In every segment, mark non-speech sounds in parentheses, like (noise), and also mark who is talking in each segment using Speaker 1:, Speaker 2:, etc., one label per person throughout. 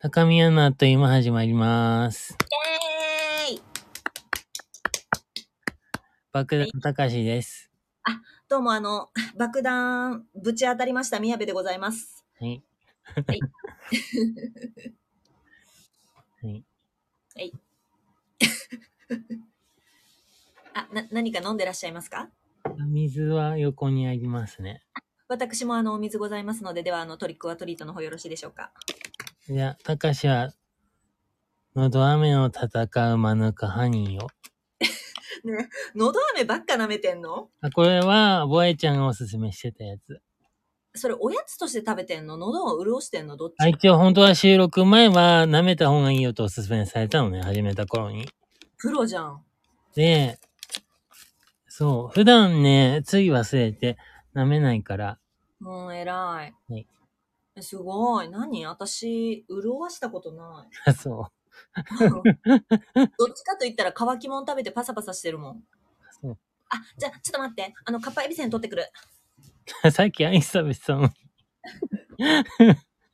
Speaker 1: 赤宮アナと今始まります。
Speaker 2: イエーイ
Speaker 1: 爆弾たかしです。
Speaker 2: どうもあの、爆弾ぶち当たりました宮部でございます。
Speaker 1: はい。
Speaker 2: はい。
Speaker 1: はい。
Speaker 2: あ、な、何か飲んでらっしゃいますか
Speaker 1: 水は横にありますね。
Speaker 2: 私もあの、お水ございますので、ではあの、トリックはトリートの方よろしいでしょうか
Speaker 1: じゃあ、たかしは、喉飴を戦うマヌカハニーを。
Speaker 2: ね喉飴ばっか舐めてんの
Speaker 1: あ、これは、ボエちゃんがおすすめしてたやつ。
Speaker 2: それおやつとして食べてんの喉を潤してんのどっち、
Speaker 1: あ、一応本当は収録前は舐めた方がいいよとおすすめされたのね、始めた頃に。
Speaker 2: プロじゃん。
Speaker 1: で、そう、普段ね、つい忘れて舐めないから、 (laughs)
Speaker 2: もうん、偉い。
Speaker 1: はい
Speaker 2: えすごい。何私、潤わしたことな
Speaker 1: (laughs)
Speaker 2: い。
Speaker 1: そ
Speaker 2: どっちかと言ったら乾きもん食べてパサパサしてるもん。
Speaker 1: う、そ
Speaker 2: あ、じゃあ、ちょっと待って。あの、カッパエビセン取ってくる。
Speaker 1: う。 (laughs) さっきアイス食べてたの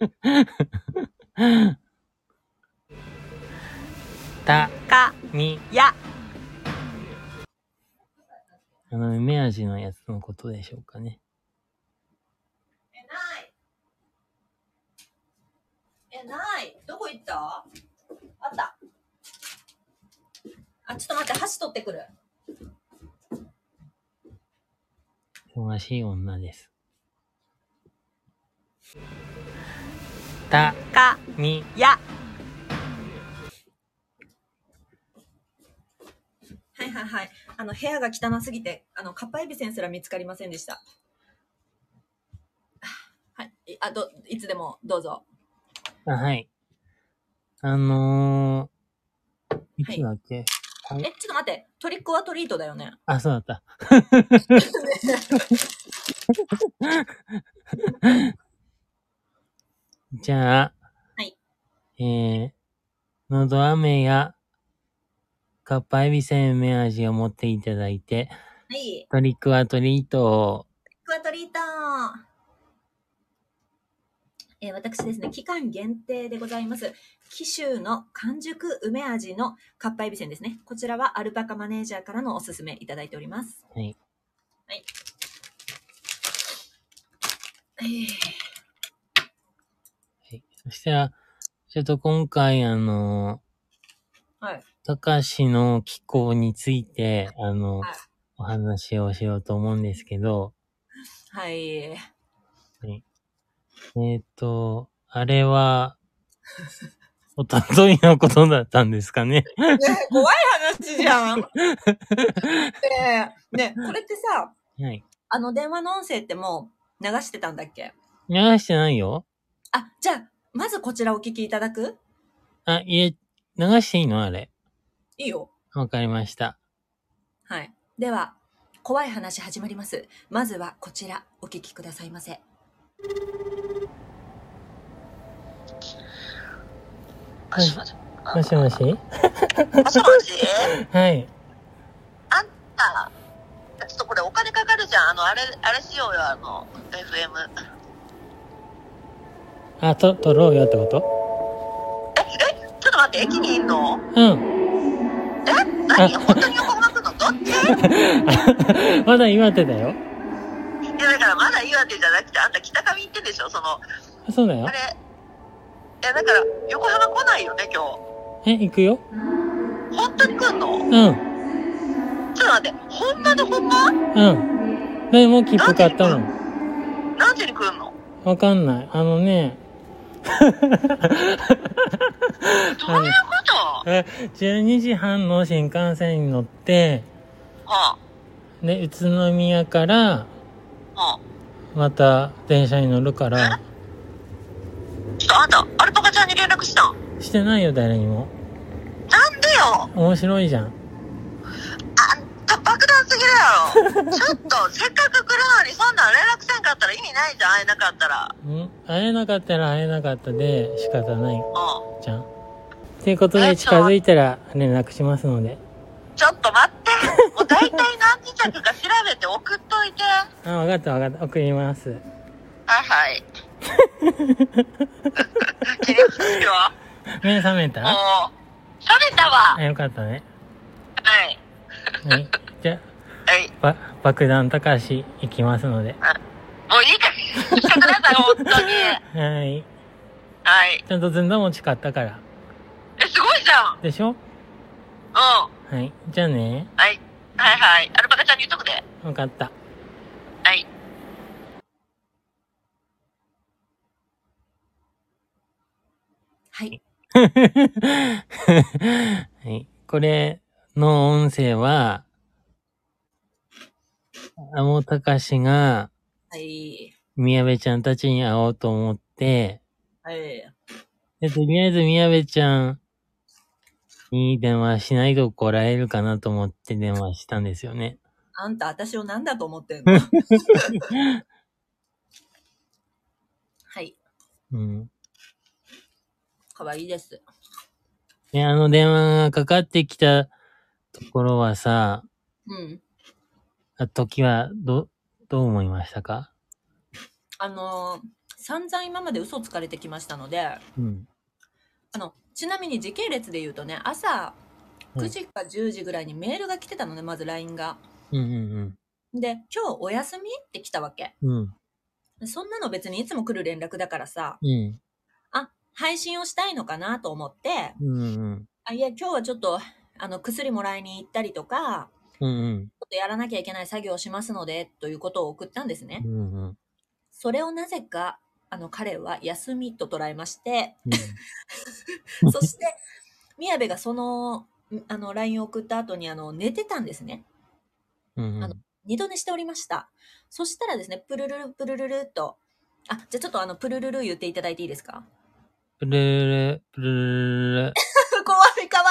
Speaker 1: に。 (laughs) た、
Speaker 2: か、
Speaker 1: に、
Speaker 2: や。
Speaker 1: あの、梅味のやつのことでしょうかね。
Speaker 2: え、ない。え、ない。どこ行ったあった。あ、ちょっと待って。箸取ってくる。
Speaker 1: 忙しい女です。た、
Speaker 2: か、
Speaker 1: に、
Speaker 2: や。はいはいはい。あの、部屋が汚すぎて、あの、カッパエビセンすら見つかりませんでした。はい。いあ、ど、いつでもどうぞ。
Speaker 1: あ、はい。あのー、いつだっけ、
Speaker 2: え、ちょっと待って。トリックはトリートだよね。
Speaker 1: あ、そうだった。 (laughs) じゃあ、
Speaker 2: はい。
Speaker 1: えー、のど飴や、かっぱえびせん梅味を持っていただいて、
Speaker 2: はい。
Speaker 1: トリックはトリートを、
Speaker 2: クワトリートえー私ですね、期間限定でございます。紀州の完熟梅味のカッパエビせんですね。こちらはアルパカマネージャーからのおすすめいただいております。
Speaker 1: はい。
Speaker 2: えー
Speaker 1: はいそしたら、ちょっと今回、あの、
Speaker 2: はい。
Speaker 1: たかしの気候について、あの
Speaker 2: はい、
Speaker 1: お話をしようと思うんですけど、
Speaker 2: はい。
Speaker 1: えっ、と、あれは、おとといのことだったんですかね。
Speaker 2: 怖い話じゃ (laughs) ん。ねえ、ねえこれってさ、
Speaker 1: はい。
Speaker 2: あの電話の音声ってもう流してたんだっけ
Speaker 1: 流してないよ。
Speaker 2: あ、じゃあ、まずこちらお聞きいただく
Speaker 1: あ、いえ、流していいのあれ。
Speaker 2: いいよ。
Speaker 1: わかりました。
Speaker 2: はい。では、怖い話始まります。まずはこちら、お聞きくださいませ。
Speaker 3: もしもし。
Speaker 1: もしもし
Speaker 3: もしもし
Speaker 1: はい。
Speaker 3: あちょっとこれお金かかるじゃん。あの、あれ、あれしようよ、あの、FM。
Speaker 1: あ、と、撮ろうよってこと
Speaker 3: え、え、ちょっと待って、駅にいんの
Speaker 1: うん。 (laughs)
Speaker 3: え何本当に横浜来るのどっちい
Speaker 1: まだ岩手だよ。
Speaker 3: や、だからまだ岩手じゃなくて、あんた北上行ってんでしょその、
Speaker 1: あそうだよ
Speaker 3: あれ。。いや、だから、横浜来ないよね、今
Speaker 1: え、行くよ。
Speaker 3: 日。本当に来んの
Speaker 1: うん。
Speaker 3: ちょっと待って、ほんまのほんま
Speaker 1: うん。でも切符買ったの。
Speaker 3: 何時に来んの
Speaker 1: わかんない。あのね、
Speaker 3: どういうことは
Speaker 1: え12時半の新幹線に乗って、
Speaker 3: あ、
Speaker 1: で、宇都宮から、
Speaker 3: はあ。
Speaker 1: また電車に乗るから、
Speaker 3: ちょっとあんた、アルパカちゃんに連絡したん
Speaker 1: してないよ、誰にも。
Speaker 3: なんでよ
Speaker 1: 面白いじゃん。
Speaker 3: あんた爆弾すぎるやろ (laughs) ちょっとせっかく来るのにそんなん連絡せんかったら意味ないじゃん会えなかったら
Speaker 1: ん会えなかったら会えなかったで仕方ない
Speaker 3: うん
Speaker 1: じゃん。ということで、近づいたら連絡しますので。
Speaker 3: ちょっと待ってもう大体何時着か調べて送っといては
Speaker 1: あ、わかったわかった。送ります。
Speaker 3: (laughs) いはい切りますよ
Speaker 1: 目覚め
Speaker 3: も
Speaker 1: た
Speaker 3: う、それたわ。
Speaker 1: あ、よかったね。
Speaker 3: はい。
Speaker 1: はい。じゃ
Speaker 3: はい。
Speaker 1: あ、ば、爆弾高し行きますので。
Speaker 3: もういいかし、してください、本当に。
Speaker 1: はい。
Speaker 3: はい。
Speaker 1: ちゃんとずんだ餅買ったから。
Speaker 3: え、すごいじゃん。
Speaker 1: でしょ
Speaker 3: うん。は
Speaker 1: はい。じゃあね。
Speaker 3: い。はいはい。アルパカちゃんに言っとくで。
Speaker 1: わかった。
Speaker 3: はい。
Speaker 2: はい。
Speaker 1: はい。これの音声は、あもたかしが、
Speaker 2: はい。
Speaker 1: みやべちゃんたちに会おうと思って、
Speaker 2: はい。
Speaker 1: で、とりあえずみやべちゃんに電話しないと来られるかなと思って電話したんですよね。
Speaker 2: あんた、私を何だと思ってんのはい。
Speaker 1: うん。
Speaker 2: かわいいです。
Speaker 1: で、あの電話がかかってきたところはさ、
Speaker 2: うん。
Speaker 1: あ時はど、どう思いましたか
Speaker 2: あのー散々今まで嘘をつかれてきましたので、
Speaker 1: うん。
Speaker 2: あの、ちなみに時系列で言うとね、朝
Speaker 1: うん
Speaker 2: 9時か10時ぐらいにメールが来てたのね、まず LINE が。
Speaker 1: うんうん
Speaker 2: で、今日お休みって来たわけ。
Speaker 1: うん。うん。
Speaker 2: そんなの別にいつも来る連絡だからさ、
Speaker 1: うん。
Speaker 2: あ、配信をしたいのかなと思って、
Speaker 1: うんうん。
Speaker 2: あ、いや、今日はちょっと、あの、薬もらいに行ったりとか、
Speaker 1: うんうん。
Speaker 2: ちょっとやらなきゃいけない作業をしますので、ということを送ったんですね
Speaker 1: う。んうん。
Speaker 2: それをなぜか、あの、彼は休みと捉えまして、そして、宮部がその、んあの、LINE を送った後に、あの、寝てたんですね。
Speaker 1: うん
Speaker 2: あの二度寝しておりました。そしたらですね、プルルルプルルルっと、あ、じゃあちょっとあの、プルルル言っていただいていいですか
Speaker 1: プルルル、プルルルル。
Speaker 2: 怖い、かわ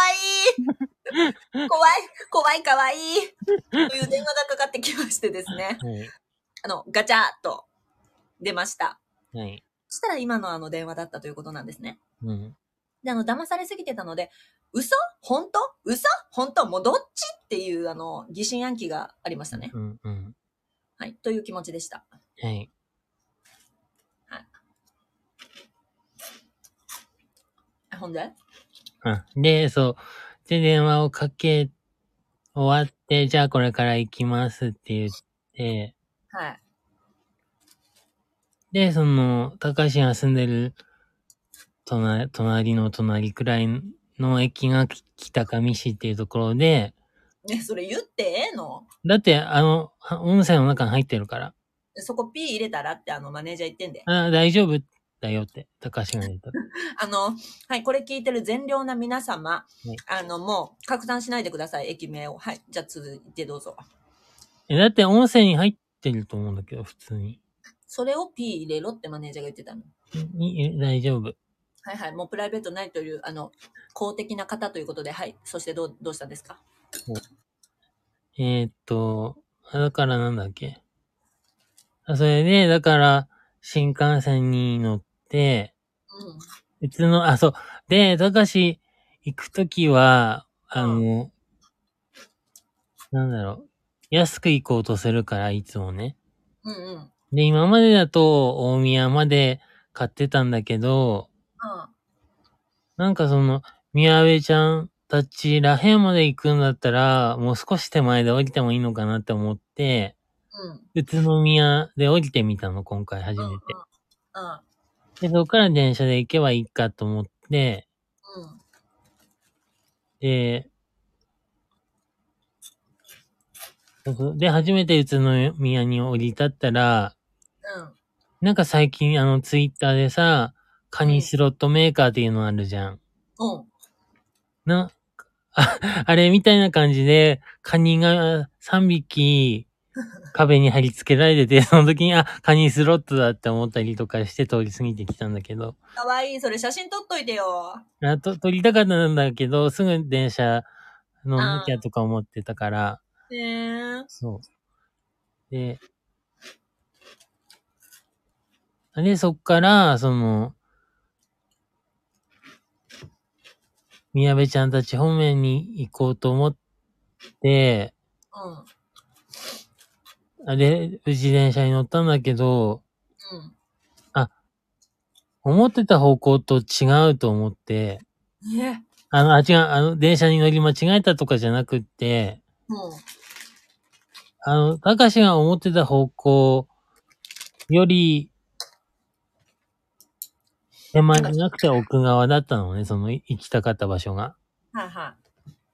Speaker 2: いい怖い、怖い、かわいいという電話がかかってきましてですね、あの、ガチャッと出まし
Speaker 1: は
Speaker 2: た。
Speaker 1: い。はい。
Speaker 2: そしたら今のあの電話だったということなんですね。
Speaker 1: うん。
Speaker 2: で、あの、騙されすぎてたので、嘘本当嘘本当もうどっちっていう、あの、疑心暗鬼がありましたね。
Speaker 1: うんうん。
Speaker 2: はい。という気持ちでした。
Speaker 1: はい。
Speaker 2: あほんで
Speaker 1: あ、で、そう。で、電話をかけ、終わって、じゃあこれから行きますって言って、
Speaker 2: はい。
Speaker 1: で、その、高橋が住んでる、隣、隣の隣くらいの駅が北上市っていうところで、
Speaker 2: ね、それ言ってええの
Speaker 1: だって、あの、は音声の中に入ってるから、
Speaker 2: そこ P 入れたらってあのマネージャー言ってんで。
Speaker 1: あ大丈夫だよって、高橋が言った。
Speaker 2: あの、はい、これ聞いてる善良な皆様、
Speaker 1: ね
Speaker 2: あの、もう拡散しないでください、駅名を。はい、じゃあ続いてどうぞ。
Speaker 1: え、だって音声に入ってると思うんだけど、普通に。
Speaker 2: それを P 入れろってマネージャーが言ってたの。
Speaker 1: にえ大丈夫。
Speaker 2: はいはい、もうプライベートないという、あの、公的な方ということで、はい、そしてどう、どうしたんですか
Speaker 1: えーっと、あだからなんだっけ。あそれで、だから、新幹線に乗って、
Speaker 2: うん。
Speaker 1: 別の、あ、そう。で、たかし、行くときは、あの、なんだろう。安く行こうとするから、いつもね。
Speaker 2: うんうん。うん。
Speaker 1: で、今までだと、大宮まで買ってたんだけど、なんかその、宮部ちゃんたちらへんまで行くんだったら、もう少し手前で降りてもいいのかなって思って、
Speaker 2: うん。うん。
Speaker 1: 宇都宮で降りてみたの、今回初め
Speaker 2: うん。
Speaker 1: て。で、そこから電車で行けばいいかと思って、
Speaker 2: うん。
Speaker 1: で、で、初めて宇都宮に降り立ったら、
Speaker 2: うん。
Speaker 1: なんか最近あのツイッターでさ、カニスロットメーカーっていうのあるじゃん。
Speaker 2: うん。
Speaker 1: な、あ、 (laughs) あれみたいな感じで、カニが3匹壁に貼り付けられてて、 (laughs) その時に、あ、カニスロットだって思ったりとかして通り過ぎてきたんだけど、
Speaker 2: かわいい、それ写真撮っといてよ。
Speaker 1: あと撮りたかったんだけど、すぐ電車のなきゃとか思ってたから、
Speaker 2: ねえ。
Speaker 1: そう。で、で、そっから、その、宮部ちゃんたち方面に行こうと思って、
Speaker 2: うん。うん。
Speaker 1: あれ、自転車に乗ったんだけど、思ってた方向と違うと思って、
Speaker 2: ね
Speaker 1: あの、あ、違う、あの、電車に乗り間違えたとかじゃなくって、
Speaker 2: も
Speaker 1: あの、たかしが思ってた方向より、手前じゃなくて奥側だったのね、そのい行きたかった場所が。
Speaker 2: う、はいは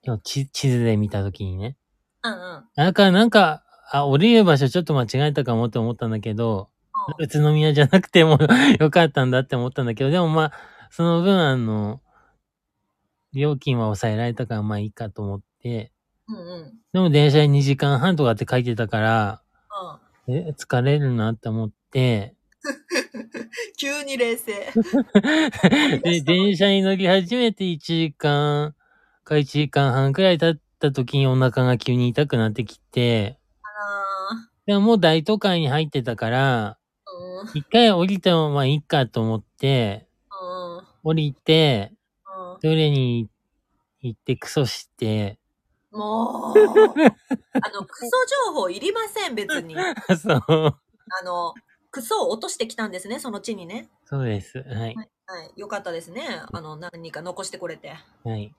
Speaker 1: 今日地地図で見たときにね。
Speaker 2: い。うんうん。
Speaker 1: なんか、なんか、あ、降りる場所ちょっと間違えたかもって思ったんだけど、宇都宮じゃなくても (laughs) よかったんだって思ったんだけど、でもまあ、その分あの、料金は抑えられたからまあいいかと思って、
Speaker 2: うんうん。うん。
Speaker 1: でも電車に2時間半とかって書いてたから、え、疲れるなって思って、
Speaker 2: 急に冷静。
Speaker 1: で、電車に乗り始めて1時間か1時間半くらい経った時にお腹が急に痛くなってきて、
Speaker 2: あ
Speaker 1: でももう大都会に入ってたから、
Speaker 2: ーうん。
Speaker 1: 一回降りてもまあいいかと思って、
Speaker 2: うん。
Speaker 1: 降りて、
Speaker 2: うん
Speaker 1: トイレに行ってクソして、 (laughs)
Speaker 2: もう、あの、クソ情報いりません、
Speaker 1: (laughs)
Speaker 2: 別に。あ
Speaker 1: そう、
Speaker 2: の、クソを落としてきたんですね、その地にね。
Speaker 1: そうです。はい。
Speaker 2: はい。よかったですね。あの、何か残してこれて。
Speaker 1: はい。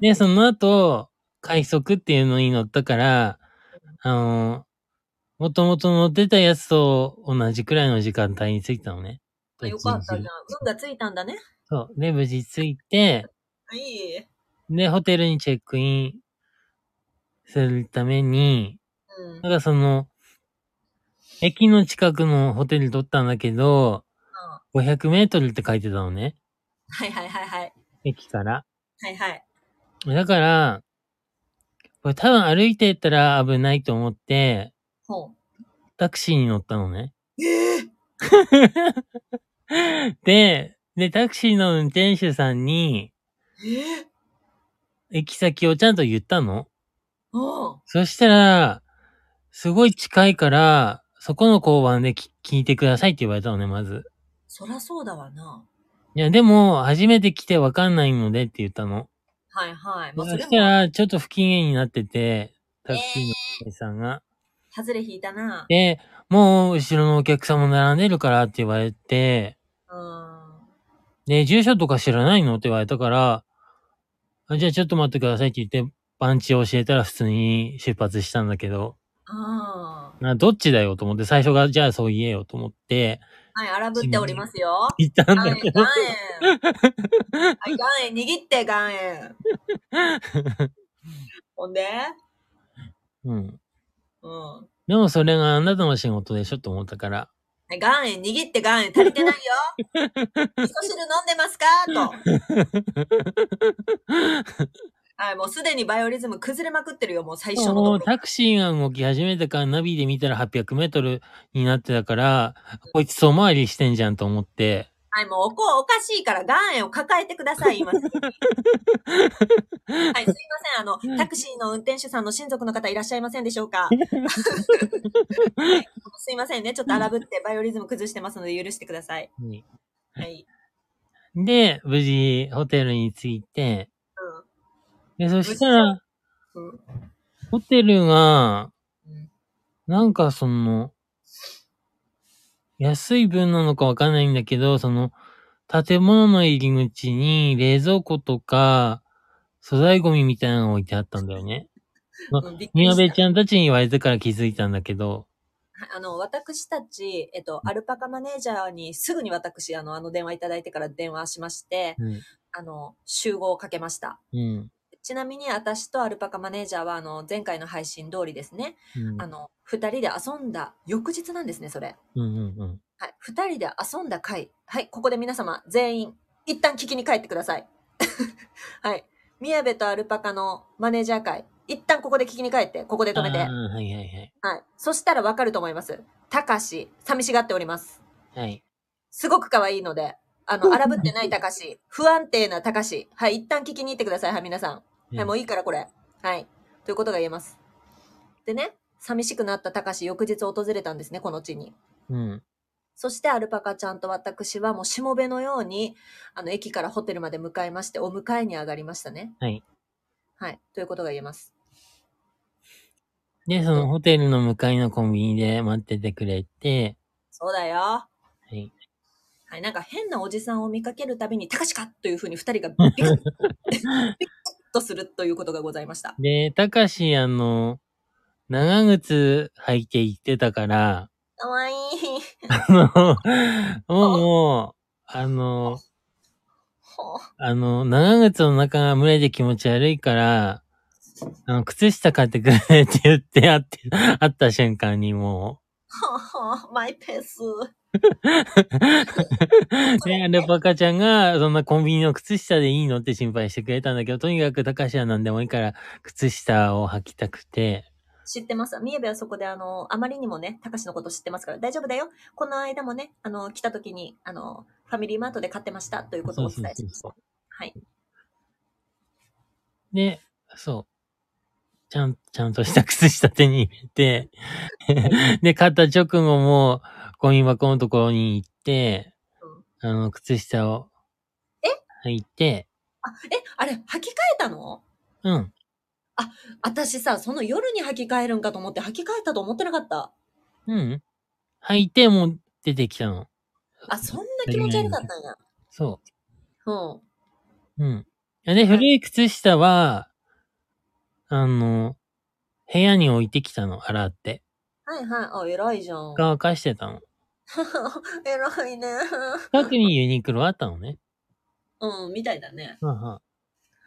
Speaker 1: で、その後、快速っていうのに乗ったから、あの、もともと乗ってたやつと同じくらいの時間帯に着いたのね。
Speaker 2: あよかったじゃん。
Speaker 1: 無事
Speaker 2: 運がついたんだね。
Speaker 1: そう。で、無事着いて、
Speaker 2: いい。
Speaker 1: で、ホテルにチェックインするために、
Speaker 2: うん。うん
Speaker 1: なんかその、駅の近くのホテル取ったんだけど、500メートルって書いてたのね。
Speaker 2: はいはいはいはい。
Speaker 1: 駅から。
Speaker 2: はいはい。
Speaker 1: だから、これ多分歩いてったら危ないと思って、
Speaker 2: ほ
Speaker 1: タクシーに乗ったのね。
Speaker 2: う。ええ
Speaker 1: で、で、タクシーの運転手さんに、
Speaker 2: ええ
Speaker 1: 行き先をちゃんと言ったの。
Speaker 2: おう
Speaker 1: そしたら、すごい近いから、そこの交番でき聞いてくださいって言われたのね、まず。
Speaker 2: そらそうだわな。
Speaker 1: いや、でも、初めて来てわかんないのでって言ったの。
Speaker 2: はいはい。ま
Speaker 1: そ
Speaker 2: あ、それ
Speaker 1: し
Speaker 2: も
Speaker 1: た、ら、ちょっと不機嫌になってて、タクシーの運転手さんが。
Speaker 2: 外れ引いたな。
Speaker 1: で、もう、後ろのお客さんも並んでるからって言われて、
Speaker 2: うん。
Speaker 1: で、住所とか知らないのって言われたから、あじゃあちょっと待ってくださいって言って、パンチを教えたら普通に出発したんだけど、
Speaker 2: ああ。
Speaker 1: などっちだよと思って、最初がじゃあそう言えよと思って、
Speaker 2: はい、荒ぶっておりますよ。
Speaker 1: 行ったん
Speaker 2: 岩
Speaker 1: だ
Speaker 2: 塩
Speaker 1: けど
Speaker 2: 岩、塩はい、岩塩握って岩塩ほんで
Speaker 1: うん。
Speaker 2: うん。は
Speaker 1: でもそれがあなたの仕事でしょと思ったから、
Speaker 2: い岩塩握って岩塩足りてないよ味噌汁飲んでますかと。はい、もうすでにバイオリズム崩れまくってるよ、もう最初のと
Speaker 1: も
Speaker 2: こ
Speaker 1: う
Speaker 2: ろ。
Speaker 1: タクシーが動き始めてからナビで見たら800メートルになってたから、こいつ遠回りしてんじゃんと思って、
Speaker 2: はい、もうおこおかしいから岩塩を抱えてください、今すぐに。はい、すいません。あの、タクシーの運転手さんの親族の方いらっしゃいませんでしょうかはいすいませんね。ちょっと荒ぶってバイオリズム崩してますので許してください。
Speaker 1: うん
Speaker 2: はい。
Speaker 1: で、無事ホテルに着いて、で、そした
Speaker 2: 無
Speaker 1: ら、
Speaker 2: うん。うん。
Speaker 1: ホテルが、
Speaker 2: うん
Speaker 1: なんかその、安い分なのかわかんないんだけど、その、建物の入り口に冷蔵庫とか、素材ゴミみたいなのが置いてあったんだよね。
Speaker 2: うんびっく
Speaker 1: み
Speaker 2: り
Speaker 1: やべ
Speaker 2: し
Speaker 1: ちゃんたちに言われてから気づいたんだけど、
Speaker 2: た。あの、私たち、えっと、アルパカマネージャーにすぐに私、あの、あの電話いただいてから電話しまして、
Speaker 1: うん。
Speaker 2: あの、集合をかけました。
Speaker 1: うん。
Speaker 2: ちなみに私とアルパカマネージャーは、あの、前回の配信通りですね、
Speaker 1: うん
Speaker 2: あの、二人で遊んだ翌日なんですね、それ。
Speaker 1: うんうんうん。
Speaker 2: はい、二人で遊んだ回。はい、ここで皆様、全員、一旦聞きに帰ってください。 (laughs) はい。宮部とアルパカのマネージャー会、一旦ここで聞きに帰って、ここで止めて。
Speaker 1: あ
Speaker 2: は
Speaker 1: ーはいはいはい。
Speaker 2: い。そしたらわかると思います。たかし、寂しがっております。
Speaker 1: はい。
Speaker 2: すごく可愛いので、あの、荒ぶってないたかし、不安定なたかし。はい、一旦聞きに行ってください。はい、皆さん。はい、もういいからこれ。はい。ということが言えます。でね、寂しくなったたかし、翌日訪れたんですね、この地に。
Speaker 1: うん。
Speaker 2: そしてアルパカちゃんと私はもうしもべのように、あの、駅からホテルまで向かいまして、お迎えに上がりましたね。
Speaker 1: はい。
Speaker 2: はい。ということが言えます。
Speaker 1: で、そのホテルの向かいのコンビニで待っててくれて、
Speaker 2: そうだよ。
Speaker 1: はい。
Speaker 2: はい、なんか変なおじさんを見かけるたびに、たかしかというふうに二人がビ
Speaker 1: (laughs)
Speaker 2: クッビクッとするということがございました。
Speaker 1: で、たかし、あの、長靴履いて行ってたから、 (laughs)
Speaker 2: かわいい。
Speaker 1: あの、もう、もう、あの、
Speaker 2: ほう
Speaker 1: あの、長靴の中が蒸れて気持ち悪いから、あの、靴下買ってくれって言ってあって、あった瞬間にも
Speaker 2: ほうほうマイペース。
Speaker 1: う。で、アルパカちゃんが、そんなコンビニの靴下でいいのって心配してくれたんだけど、とにかく高橋は何でもいいから、靴下を履きたくて、
Speaker 2: 知ってます。みやべはそこで、あの、あまりにもね、たかしのこと知ってますから大丈夫だよ。この間もね、あの、来た時に、あの、ファミリーマートで買ってましたということをお伝えしました。はい。
Speaker 1: で、そう。ちゃん、ちゃんとした靴下手に入れて、で、買った直後も、ゴミ箱のところに行って、あの、靴下を、え履いて、
Speaker 2: あ、え、あれ、履き替えたの
Speaker 1: うん。
Speaker 2: 私さ、その夜に履き替えるんかと思って、履き替えたと思ってなかった。
Speaker 1: うん。履いて、もう出てきたの。
Speaker 2: あ、そんな気持ち悪かったんや。
Speaker 1: そ
Speaker 2: うん。
Speaker 1: う。うん。で、古い靴下は、あの、部屋に置いてきたの、洗って。
Speaker 2: はいはい。あ、偉いじゃん。
Speaker 1: 乾かしてたの。
Speaker 2: (laughs) 偉いね。
Speaker 1: 近くにユニクロあったのね。
Speaker 2: うん、みたいだね。
Speaker 1: はんはん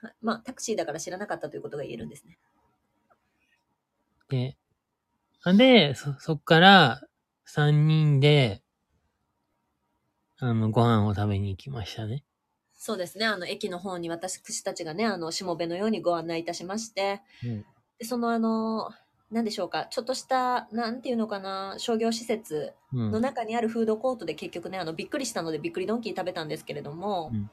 Speaker 2: はいまあ、タクシーだから知らなかったということが言えるんですね。
Speaker 1: で、あで、そ、そっから、三人で、あの、ご飯を食べに行きましたね。
Speaker 2: そうですね。あの、駅の方に私たちがね、あの、しもべのようにご案内いたしまして、
Speaker 1: うん
Speaker 2: でそのあの、なんでしょうか、ちょっとした、なんていうのかな、商業施設
Speaker 1: う
Speaker 2: の
Speaker 1: ん。
Speaker 2: 中にあるフードコートで結局ね、あの、びっくりしたので、びっくりドンキー食べたんですけれども、
Speaker 1: うん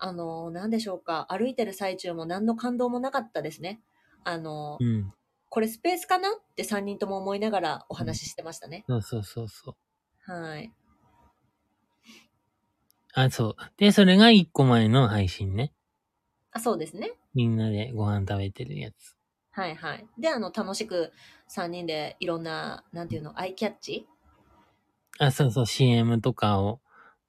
Speaker 2: あの、なんでしょうか、歩いてる最中も何の感動もなかったですね。あの、
Speaker 1: うん。
Speaker 2: これスペースかなって3人とも思いながらお話ししてましたね。
Speaker 1: そうそうそうそう。
Speaker 2: はい。
Speaker 1: あ、そう。で、それが一個前の配信ね。
Speaker 2: あ、そうですね。
Speaker 1: みんなでご飯食べてるやつ。
Speaker 2: はいはい。で、あの、楽しく3人でいろんな、なんていうの、アイキャッチ
Speaker 1: あ、そうそう、CM とかを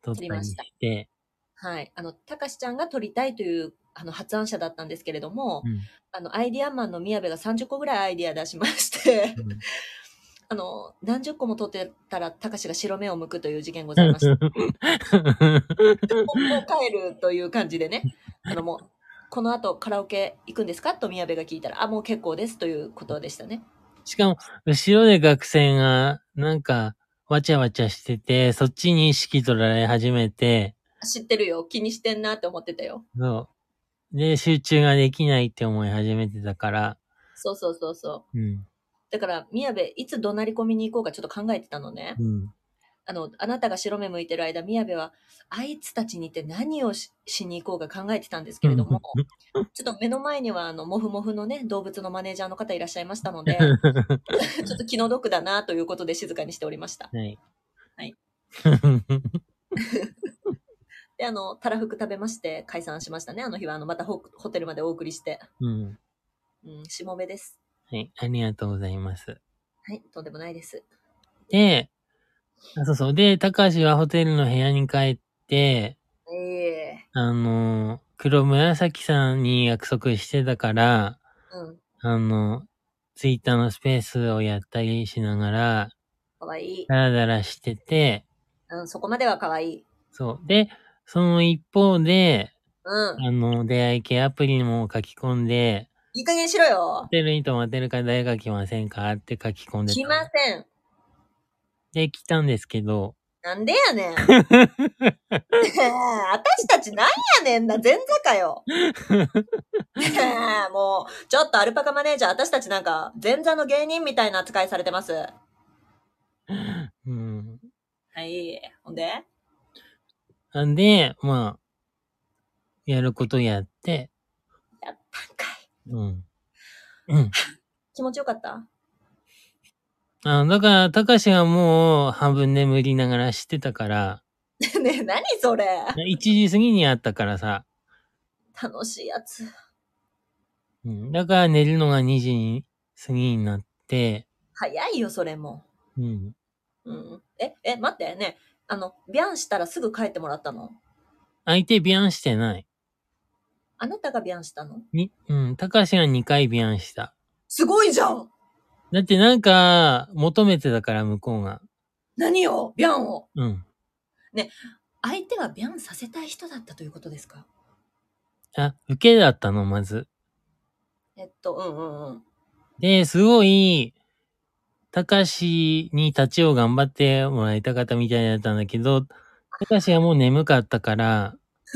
Speaker 1: 撮った
Speaker 2: 撮
Speaker 1: り
Speaker 2: りま
Speaker 1: し
Speaker 2: した
Speaker 1: て。
Speaker 2: はい。あの、たかしちゃんが撮りたいという、あの、発案者だったんですけれども、
Speaker 1: うん
Speaker 2: あの、アイディアマンの宮部が30個ぐらいアイディア出しまして、
Speaker 1: うん
Speaker 2: あの、何十個も撮ってたら、たかしが白目を向くという事件ございました。もう帰るという感じでね、あの、もう、この後カラオケ行くんですかと宮部が聞いたら、あ、もう結構ですということでしたね。
Speaker 1: しかも、後ろで学生が、なんか、わちゃわちゃしてて、そっちに意識取られ始めて、
Speaker 2: 知ってるよ。気にしてんなって思ってたよ。
Speaker 1: そう。で、集中ができないって思い始めてたから、
Speaker 2: そうそうそうそう。
Speaker 1: うん。
Speaker 2: だから、宮部、いつ怒鳴り込みに行こうかちょっと考えてたのね。
Speaker 1: うん。
Speaker 2: あの、あなたが白目向いてる間、宮部は、あいつたちにって何をししに行こうか考えてたんですけれども、ちょっと目の前には、あの、もふもふのね、動物のマネージャーの方いらっしゃいましたの (laughs) で、ちょっと気の毒だなということで静かにしておりました。
Speaker 1: はい。
Speaker 2: はい。で、あの、たらふく食べまして解散しましたね。あの日は、あの、またホホテルまでお送りして、
Speaker 1: (laughs) うん。
Speaker 2: うん、しもべです。
Speaker 1: はい。ありがとうございます。
Speaker 2: はい、とんでもないです。
Speaker 1: で、あそうそう。で、高橋はホテルの部屋に帰って、
Speaker 2: ええ
Speaker 1: あの、黒紫さんに約束してたから、
Speaker 2: うん、
Speaker 1: あの、ツイッターのスペースをやったりしながら、
Speaker 2: かわいい。
Speaker 1: ダラダラしてて、
Speaker 2: うん、そこまではかわいい。
Speaker 1: そう。で、その一方で、
Speaker 2: うん。
Speaker 1: あの、出会い系アプリにも書き込んで、
Speaker 2: いい加減しろよ
Speaker 1: ホ。テルに泊まってる方誰か来ませんかって書き込んでた
Speaker 2: 来ません。
Speaker 1: で、来たんですけど、
Speaker 2: なんでや (laughs) ねん。ねえ私たちなんやねんな、前座かよ。 (laughs) ねえもう、ちょっとアルパカマネージャー、私たちなんか、前座の芸人みたいな扱いされてます。は
Speaker 1: うん。
Speaker 2: い。ほんで
Speaker 1: なんで、まあ、やることやって、
Speaker 2: やったんかい。
Speaker 1: うん。うん。
Speaker 2: 気持ちよかった (laughs)
Speaker 1: あだから、たかしがもう半分眠りながらしてたから、
Speaker 2: ねえ、何それ
Speaker 1: 1時過ぎに会ったからさ、
Speaker 2: 楽しいやつ。
Speaker 1: うん。だから寝るのが2時に過ぎになって、
Speaker 2: 早いよ、それも。
Speaker 1: うん。
Speaker 2: うん。え、え、待ってね。あの、ビャンしたらすぐ帰ってもらったの
Speaker 1: 相手ビャンしてない。
Speaker 2: あなたがビャンしたの
Speaker 1: に、うん、たかしが2回ビャンした。
Speaker 2: すごいじゃん
Speaker 1: だってなんか、求めてたから、向こうが。
Speaker 2: 何をビャンを
Speaker 1: うん。
Speaker 2: 相手はビャンさせたい人だったということですか
Speaker 1: あ、受けだったの、まず。
Speaker 2: えっと、うんうんうん。
Speaker 1: で、すごい、たかしに立ちを頑張ってもらいたかったみたいだったんだけど、たかしはもう眠かったから、 (laughs)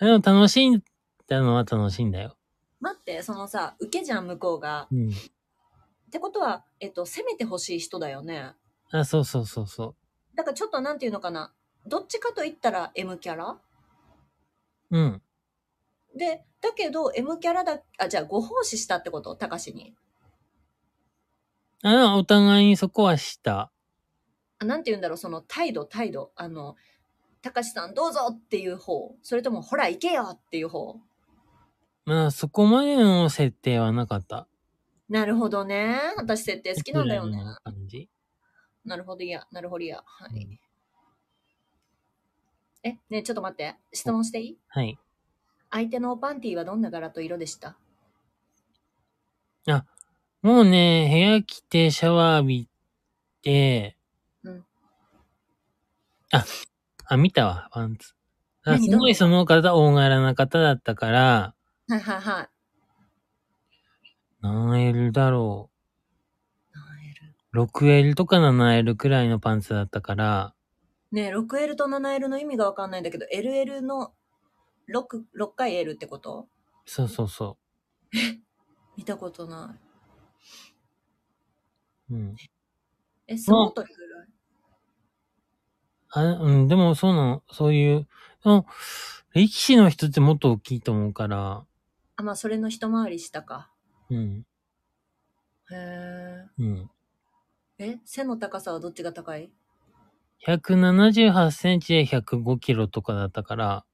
Speaker 1: でも楽しんだのは楽しいんだよ。
Speaker 2: 待って、そのさ、受けじゃん、向こうが。
Speaker 1: うん。
Speaker 2: ってことは、えっと、攻めてほしい人だよね。
Speaker 1: あ、そうそうそうそ
Speaker 2: だからちょっとなんていうのかな。どっちかと言ったら M キャラ
Speaker 1: う。うん。
Speaker 2: で、だけど M キャラだ、あ、じゃあご奉仕したってことたかしに。
Speaker 1: あお互いにそこはした。
Speaker 2: あなんて言うんだろう、その態度、態度。あの、たかしさんどうぞっていう方。それとも、ほら行けよっていう方。
Speaker 1: まあ、そこまでの設定はなかった。
Speaker 2: なるほどね。私設定好きなんだよね
Speaker 1: ぐらい。の感じ。
Speaker 2: なるほどいや、なるほどいや。は
Speaker 1: う
Speaker 2: い。え、ねえちょっと待って。質問していい
Speaker 1: はい。
Speaker 2: 相手のパンティーはどんな柄と色でした
Speaker 1: もうね、部屋来てシャワー浴びて、
Speaker 2: うん
Speaker 1: あ、あ、見たわ、パンツ。あ
Speaker 2: 何
Speaker 1: すごい
Speaker 2: ど
Speaker 1: その方、大柄な方だったから、
Speaker 2: はいはいはい。
Speaker 1: 何 L だろ
Speaker 2: 何 L?
Speaker 1: う。6L とか 7L くらいのパンツだったから、
Speaker 2: ねえ、6L と 7L の意味がわかんないんだけど、LL の 6, 6回 L ってこと
Speaker 1: そうそうそ
Speaker 2: 見たことな
Speaker 1: う。うん。
Speaker 2: い。え、相撲取りぐらい
Speaker 1: あ、うん、でもそうなの、そういう、でも力士の人ってもっと大きいと思うから、
Speaker 2: あ、まあ、それの一回りしたか。
Speaker 1: うん、
Speaker 2: へえ。
Speaker 1: うん。
Speaker 2: え、背の高さはどっちが高い
Speaker 1: 178センチで105キロとかだったから、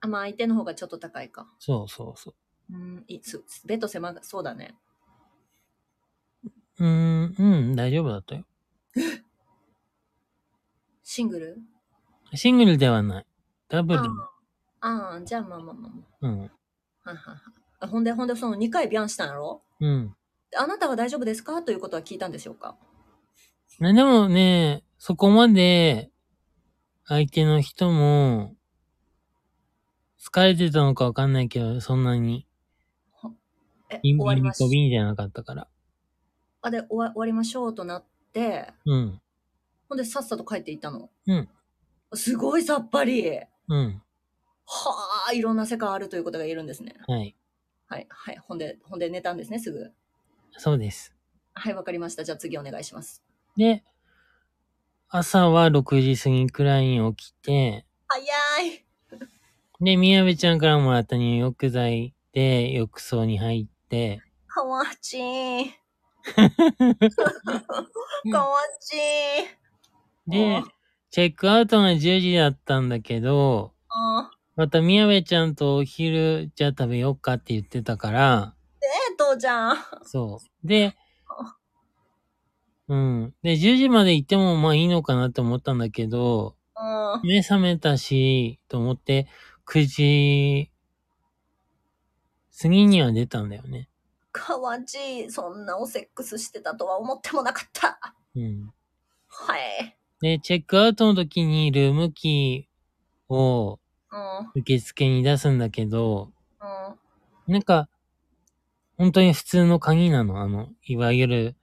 Speaker 2: あ、まあ、相手の方がちょっと高いか。
Speaker 1: そうそうそう。
Speaker 2: うん、いす、ベッド狭そうだね。
Speaker 1: うーん、うん、大丈夫だったよ。
Speaker 2: シングル
Speaker 1: シングルではない。ダブル。
Speaker 2: ああ、じゃあまあまあまあ
Speaker 1: うん。
Speaker 2: まあ。はいはいはいあ。ほんで、ほんで、その2回ビャンしたんやろ
Speaker 1: うん。
Speaker 2: であなたは大丈夫ですかということは聞いたんでしょうか
Speaker 1: ねでもね、そこまで、相手の人も、疲れてたのかわかんないけど、そんなに、
Speaker 2: え、
Speaker 1: ビ
Speaker 2: 終
Speaker 1: ン
Speaker 2: わ
Speaker 1: ビ
Speaker 2: り
Speaker 1: ンに
Speaker 2: まし
Speaker 1: 飛びんじゃなかったから。
Speaker 2: あ、で、終わ終わりましょうとなって、
Speaker 1: うん。
Speaker 2: ほんで、さっさと帰っていったの。
Speaker 1: うん。
Speaker 2: すごいさっぱり。
Speaker 1: うん。
Speaker 2: はあ、いろんな世界あるということが言えるんですね。
Speaker 1: はい。
Speaker 2: はい、はい。ほんで、ほんで寝たんですね、すぐ。
Speaker 1: そうです。
Speaker 2: はい、わかりました。じゃあ次お願いします。
Speaker 1: で、朝は6時過ぎくらいに起きて、
Speaker 2: 早い。
Speaker 1: で、宮部ちゃんからもらった入浴剤で浴槽に入って、
Speaker 2: かわ
Speaker 1: (laughs)
Speaker 2: ちー。かわちー。
Speaker 1: で
Speaker 2: あ、
Speaker 1: チェックアウトが10時だったんだけど、
Speaker 2: あー
Speaker 1: また宮部ちゃんとお昼じゃあ食べよっかって言ってたから、
Speaker 2: えっと、じゃん。
Speaker 1: そう。で、うん。で、10時まで行ってもまあいいのかなって思ったんだけど、
Speaker 2: うん。
Speaker 1: 目覚めたし、と思って、9時過ぎには出たんだよね。
Speaker 2: かわちー。そんなおセックスしてたとは思ってもなかった。
Speaker 1: うん。
Speaker 2: はい。
Speaker 1: で、チェックアウトの時にルームキーを
Speaker 2: うん。うん。
Speaker 1: 受付に出すんだけど、なんか、本当に普通の鍵なの。あの、いわゆる、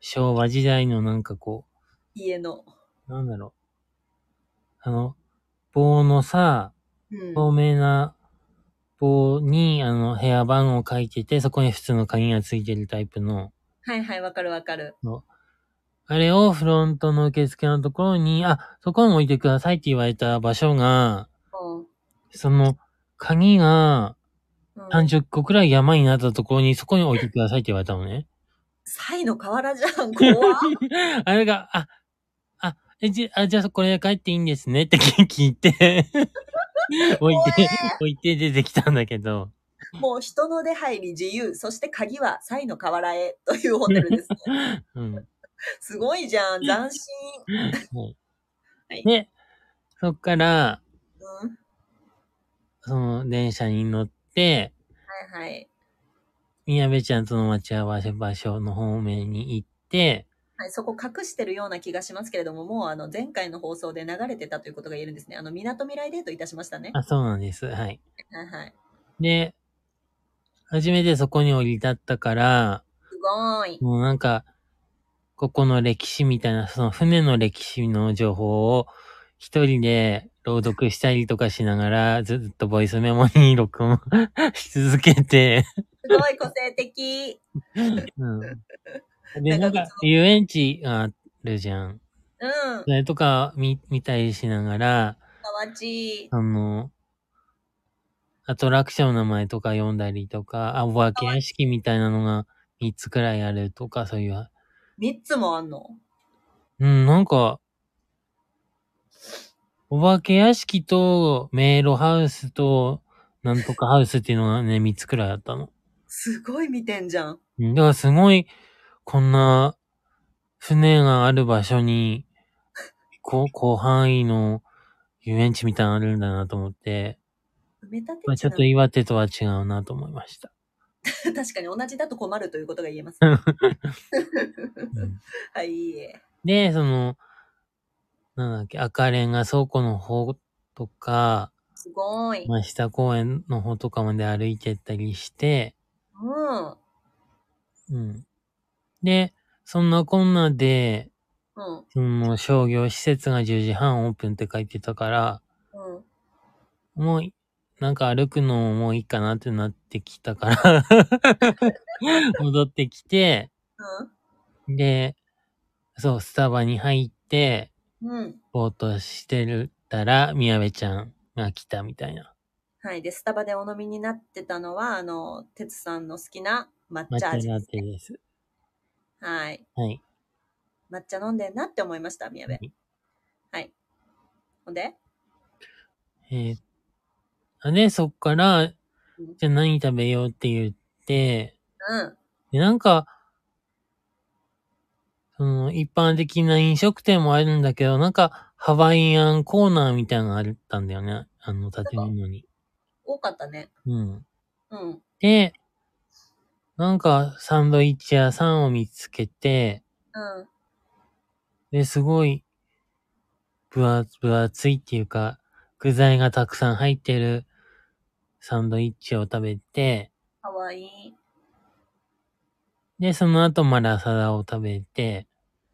Speaker 1: 昭和時代のなんかこ
Speaker 2: 家の。
Speaker 1: う、なんだろう。あの、棒のさ、
Speaker 2: うん。
Speaker 1: 透明な棒に、あの、部屋番号書いてて、そこに普通の鍵がついてるタイプの、
Speaker 2: はいはい、わかるわかる。
Speaker 1: あれをフロントの受付のところに、あ、そこに置いてくださいって言われた場所が、
Speaker 2: うん。
Speaker 1: その、鍵が
Speaker 2: うん
Speaker 1: 30個くらい山になったところに、そこに置いてくださいって言われたのね。
Speaker 2: サイの河原じゃん、 (laughs) 怖っ
Speaker 1: (laughs) あれが、あ、あ、え、じ、あ、じゃあこれ帰 (laughs) っていいんですねって聞いて、置いて、置いて出てきたんだけど、
Speaker 2: もう人の出入り自由、そして鍵はサイの河原へというホテル (laughs) ですね。
Speaker 1: うん。は
Speaker 2: すごいじゃん、斬新。はい
Speaker 1: いで、そっから、
Speaker 2: うん、
Speaker 1: その電車に乗って、
Speaker 2: はいはい。
Speaker 1: 宮部ちゃんとの待ち合わせ場所の方面に行って、
Speaker 2: はい、そこ隠してるような気がしますけれども、もうあの前回の放送で流れてたということが言えるんですね。あの、みなとみらいデートいたしましたね。
Speaker 1: あ、そうなんです。はい。
Speaker 2: はいはい。
Speaker 1: で、初めてそこに降り立ったから、
Speaker 2: すごーい。
Speaker 1: もうなんか、ここの歴史みたいな、その船の歴史の情報を一人で朗読したりとかしながら、ずっとボイスメモに録音 (laughs) し続けて、
Speaker 2: すごい個性的。
Speaker 1: うん、で、
Speaker 2: な
Speaker 1: なんん
Speaker 2: か
Speaker 1: か遊園地があるじゃん。
Speaker 2: うん。か
Speaker 1: それとか見見たりしながら、
Speaker 2: わちい。
Speaker 1: あの、アトラクションの名前とか読んだりとか、あ、お化け屋敷みたいなのが3つくらいあるとか、そういう。
Speaker 2: 三つもあんの。
Speaker 1: うん、なんか、お化け屋敷と迷路ハウスとなんとかハウスっていうのがね、3つくらいあったの。
Speaker 2: すごい見てんじゃん。
Speaker 1: うん、だからすごい、こんな船がある場所に、こう (laughs) 広範囲の遊園地みたいなのあるんだなと思って、
Speaker 2: 埋め立て地
Speaker 1: まあ、ちょっと岩手とは違うなと思いました。
Speaker 2: な (laughs) 確かに同じだと困るということが言えます。
Speaker 1: うん
Speaker 2: (laughs) はい、いいえ。
Speaker 1: で、その、なんだっけ、赤レンガ倉庫の方とか、
Speaker 2: すごい。
Speaker 1: まあ、下公園の方とかまで歩いてったりして、
Speaker 2: うん。
Speaker 1: うん。で、そんなこんなで、
Speaker 2: うん。
Speaker 1: その商業施設が10時半オープンって書いてたから、
Speaker 2: うん。
Speaker 1: もうい、なんか歩くのももういいかなってなってきたから、 (laughs) 戻ってきて、で、そう、スタバに入って、
Speaker 2: うん。うん。
Speaker 1: ぼーっとしてるたら、宮部ちゃんが来たみたいな。
Speaker 2: はい。で、スタバでお飲みになってたのは、あの、哲さんの好きな抹
Speaker 1: 抹茶
Speaker 2: 茶味で
Speaker 1: ラ
Speaker 2: す。
Speaker 1: テです。
Speaker 2: はい。
Speaker 1: はい。
Speaker 2: 抹茶飲んでんなって思いました、宮部。はい。ほんで
Speaker 1: えーあで、そっから、じゃあ何食べようって言って、
Speaker 2: うん。
Speaker 1: でなんか、その、一般的な飲食店もあるんだけど、なんか、ハワイアンコーナーみたいなのがあったんだよね。あの、建物に。
Speaker 2: 多かったね。
Speaker 1: うん。
Speaker 2: うん。
Speaker 1: で、なんか、サンドイッチ屋さんを見つけて、
Speaker 2: うん。
Speaker 1: で、すごい、分厚、分厚いっていうか、具材がたくさん入ってるサンドイッチを食べて、
Speaker 2: かわいい。
Speaker 1: で、その後マラサダを食べて、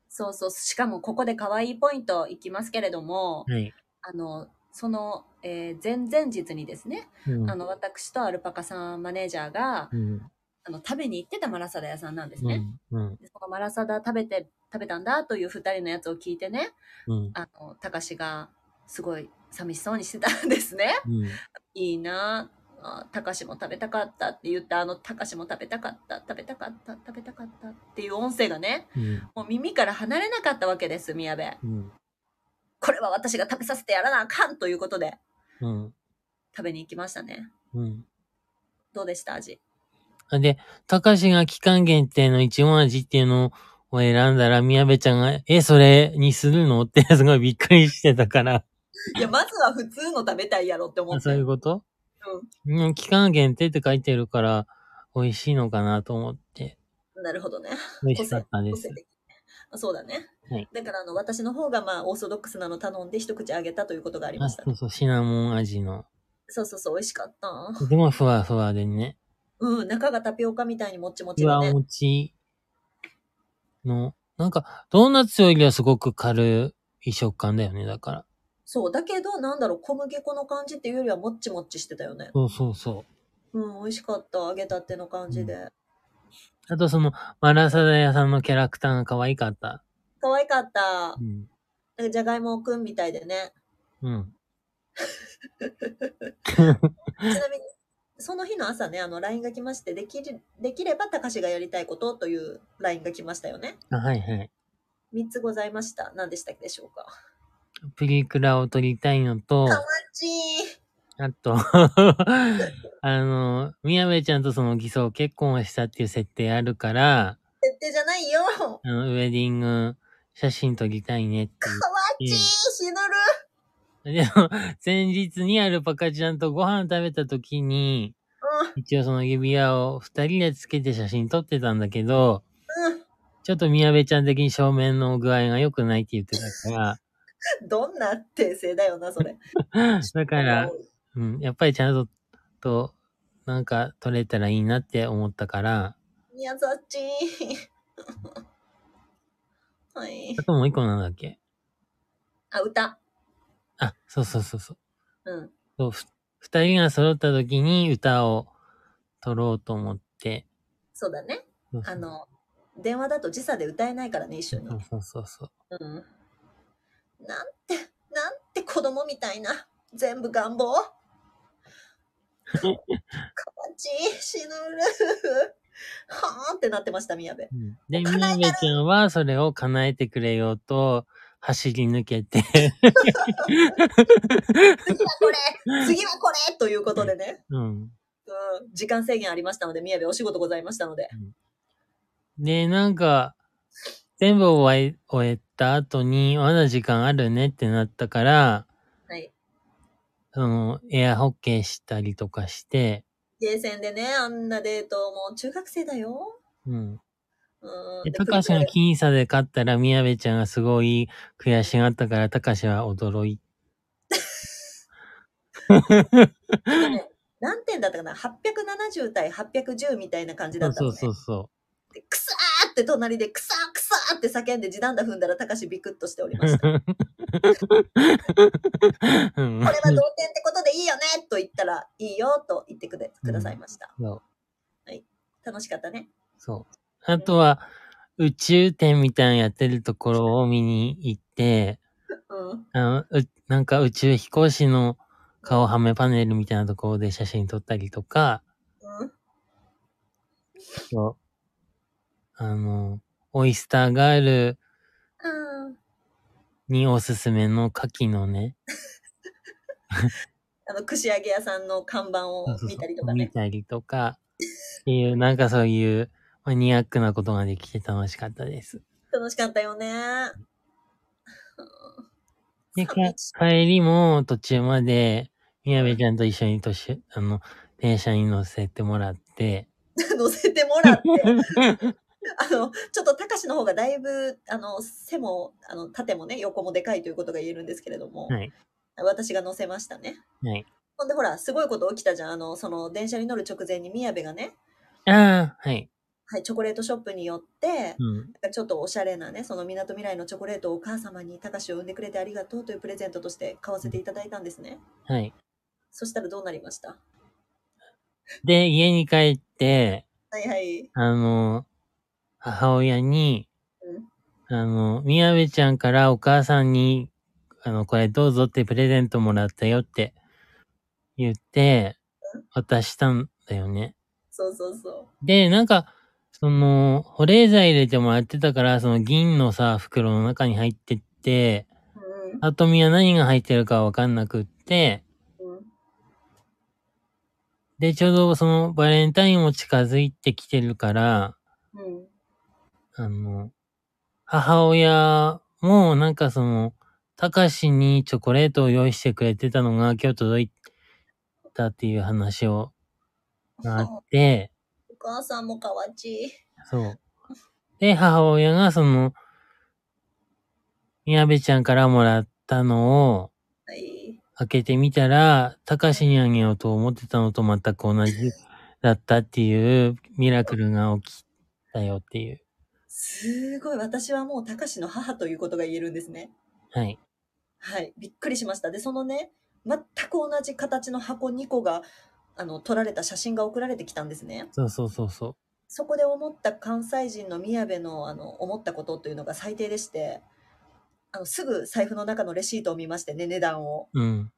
Speaker 2: そうそう。しかも、ここでかわいいポイントいきますけれども、
Speaker 1: はい。
Speaker 2: あの、その、えー前々日にですね、
Speaker 1: うん
Speaker 2: あの、私とアルパカさんマネージャーが
Speaker 1: う、ん。
Speaker 2: あの、食べに行ってたマラサダ屋さんなんです
Speaker 1: う
Speaker 2: ね。
Speaker 1: ん。うん。
Speaker 2: でそのマラサダ食べて、食べたんだという二人のやつを聞いてね、
Speaker 1: うん。
Speaker 2: あの、たかしが、すごい寂しそうにしてたんですね。 (laughs)
Speaker 1: うん。
Speaker 2: いいなあたかしも食べたかったって言ったあのたかしも食べたかった食べたかった食べたかったっていう音声がね
Speaker 1: うん。
Speaker 2: もう耳から離れなかったわけです宮部
Speaker 1: うん。
Speaker 2: これは私が食べさせてやらなあかんということで
Speaker 1: うん。
Speaker 2: 食べに行きましたね
Speaker 1: うん。
Speaker 2: どうでした味
Speaker 1: あで、たかしが期間限定のいちご味っていうのを選んだら、宮部ちゃんが、え、それにするのってすごいびっくりしてたから。
Speaker 2: (laughs) いやまずは普通の食べたいやろって思
Speaker 1: あ
Speaker 2: っ
Speaker 1: そ
Speaker 2: て
Speaker 1: ういうことうん。期間限定って書いてるから、美味しいのかなと思って。
Speaker 2: なるほどね
Speaker 1: 美味しかったで
Speaker 2: 個
Speaker 1: す
Speaker 2: 性。的あそうだね、
Speaker 1: はい
Speaker 2: だからあの私の方がまあオーソドックスなの頼んで一口あげたということがありま
Speaker 1: あ、
Speaker 2: した
Speaker 1: そうそう、シナモン味の。
Speaker 2: そうそうそう美味しかった
Speaker 1: とてもふわふわでね。
Speaker 2: うん中がタピオカみたいにもっちもち
Speaker 1: ふわ
Speaker 2: だね
Speaker 1: もちの、なんか、ドーナツよりはすごく軽い食感だよね、だから。
Speaker 2: そう、だけど、なんだろう、小麦粉の感じっていうよりは、もっちもっちしてたよね。
Speaker 1: そうそうそ
Speaker 2: うん、美味しかった。揚げたての感じで。
Speaker 1: う。あとその、マラサダ屋さんのキャラクターが可愛かった。
Speaker 2: 可愛かった
Speaker 1: う。ん。
Speaker 2: なんかじゃがいもくんみたいでね。
Speaker 1: うん。
Speaker 2: ちなみに、その日の朝ね、あの、LINE が来まして、できる、できれば、たかしがやりたいことという LINE が来ましたよね。
Speaker 1: あはいはい。
Speaker 2: 3つございました。何でしたでしょうか。
Speaker 1: プリクラを撮りたいのと
Speaker 2: か、わちい。
Speaker 1: あと、 (laughs) あの、宮部ちゃんとその偽装結婚をしたっていう設定あるから、
Speaker 2: 設定じゃないよ。かわ
Speaker 1: あの、ウェディング写真撮りたいねって
Speaker 2: ちい、しのる。
Speaker 1: 言って。でも、前日にアルパカちゃんとご飯食べた時に、
Speaker 2: うん、
Speaker 1: 一応その指輪を二人でつけて写真撮ってたんだけど、
Speaker 2: うん
Speaker 1: ちょっと宮部ちゃん的に正面の具合が良くないって言ってたか
Speaker 2: どんな訂正だよな、それ。
Speaker 1: ら、だから、。うん、やっぱりちゃんと、と、なんか撮れたらいいなって思ったから、
Speaker 2: 宮や、っちい。はい
Speaker 1: あ。ともう一個なんだっけ
Speaker 2: あ、歌。
Speaker 1: あ、そうそうそうそう。
Speaker 2: うん。
Speaker 1: そうふ二人が揃った時に歌を撮ろうと思って、
Speaker 2: そうだね。
Speaker 1: そうそう
Speaker 2: あの、電話だと時差で歌えないからね、一緒に。
Speaker 1: そうそうそうそう。
Speaker 2: うん。なんて、なんて子供みたいな。全部願望。かわちい、死ぬる。はーんってなってました、宮部。
Speaker 1: うんで、
Speaker 2: 叶え
Speaker 1: み
Speaker 2: た
Speaker 1: な
Speaker 2: ら
Speaker 1: べちゃんはそれを叶えてくれようと、走り抜けて、
Speaker 2: 次はこれ次はこれということでね。
Speaker 1: うん。
Speaker 2: うん。時間制限ありましたので、宮部お仕事ございましたので。
Speaker 1: で、なんか、全部終え、終えた後に、まだ時間あるねってなったから、
Speaker 2: はい。
Speaker 1: その、エアホッケーしたりとかして、
Speaker 2: ゲーセンでね、あんなデート、もう中学生だよ。
Speaker 1: うん。
Speaker 2: うん。
Speaker 1: で、
Speaker 2: で
Speaker 1: 高橋が僅差で勝ったら、みやべちゃんがすごい悔しがったから、高橋は驚い
Speaker 2: 何点だったかな ?870 対810みたいな感じ
Speaker 1: た。
Speaker 2: だった
Speaker 1: そ
Speaker 2: の、
Speaker 1: う
Speaker 2: ね。
Speaker 1: そうそ
Speaker 2: でくさーって隣でくさーくさーって叫んで地団打踏んだらたかしビクッとしており
Speaker 1: (laughs)
Speaker 2: ました。こ
Speaker 1: う。うん
Speaker 2: れは同点ってことでいいよねと言ったらいいよと言ってくれくださいました。
Speaker 1: そう。
Speaker 2: 楽しかったね。
Speaker 1: そう。あとは、宇宙展みたいなのやってるところを見に行って、
Speaker 2: うん。
Speaker 1: あの、うなんか宇宙飛行士の顔はめパネルみたいなところで写真撮ったりとか、
Speaker 2: うん。
Speaker 1: そうあの、オイスターガール
Speaker 2: あー
Speaker 1: におすすめの牡蠣のね、
Speaker 2: あの、串揚げ屋さんの看板を見たりとか
Speaker 1: 見
Speaker 2: ね。
Speaker 1: たりとか、っていう、なんかそういうマニアックなことができて楽しかったです。
Speaker 2: 楽しかったよね。
Speaker 1: で、か
Speaker 2: 寂しい
Speaker 1: 帰りも途中まで、みやべちゃんと一緒に年、あの、電車に乗せてもら
Speaker 2: (laughs)
Speaker 1: って、
Speaker 2: 乗せてもらって。 (laughs) あの、ちょっとたかしの方がだいぶ、あの、背も、あの、縦もね、横もでかいということが言えるんですけれども、
Speaker 1: はい
Speaker 2: 私が乗せましたね。
Speaker 1: はい
Speaker 2: ほんでほら、すごいこと起きたじゃん。あの、その、電車に乗る直前に宮部がね、
Speaker 1: ああ、はい。
Speaker 2: はい、チョコレートショップに寄って、
Speaker 1: うん。
Speaker 2: なんかちょっとおしゃれなね、その港未来のチョコレートをお母様に、たかしを産んでくれてありがとうというプレゼントとして買わせていただいたんですね。
Speaker 1: はい。
Speaker 2: そしたらどうなりました
Speaker 1: で、家に帰って、
Speaker 2: はいはい。
Speaker 1: あの、母親に、
Speaker 2: うん
Speaker 1: あの、みやべちゃんからお母さんに、あの、これどうぞってプレゼントもらったよって言って、渡したんだよね。
Speaker 2: そうそうそ
Speaker 1: で、なんか、その、保冷剤入れてもらってたから、その銀のさ、袋の中に入ってって、
Speaker 2: う。うん
Speaker 1: あとみは何が入ってるかわかんなくって、
Speaker 2: うん。
Speaker 1: で、ちょうどそのバレンタインも近づいてきてるから、
Speaker 2: うん。
Speaker 1: あの、母親もなんかその、たかしにチョコレートを用意してくれてたのが今日届いたっていう話をがあって、
Speaker 2: お母さんもかわちい。
Speaker 1: そう。で、母親がその、宮部ちゃんからもらったのを
Speaker 2: はい。
Speaker 1: 開けてみたら、たかしにあげようと思ってたのと全く同じだったっていうミラクルが起きたよっていう。
Speaker 2: すごい。私はもう、たかしの母ということが言えるんですね。
Speaker 1: はい。
Speaker 2: はい。びっくりしました。で、そのね、全く同じ形の箱2個が、あの、撮られた写真が送られてきたんですね。
Speaker 1: そうそうそうそう。
Speaker 2: そこで思った関西人の宮部の、あの、思ったことというのが最低でして、あの、すぐ財布の中のレシートを見ましてね、値段を。
Speaker 1: うん。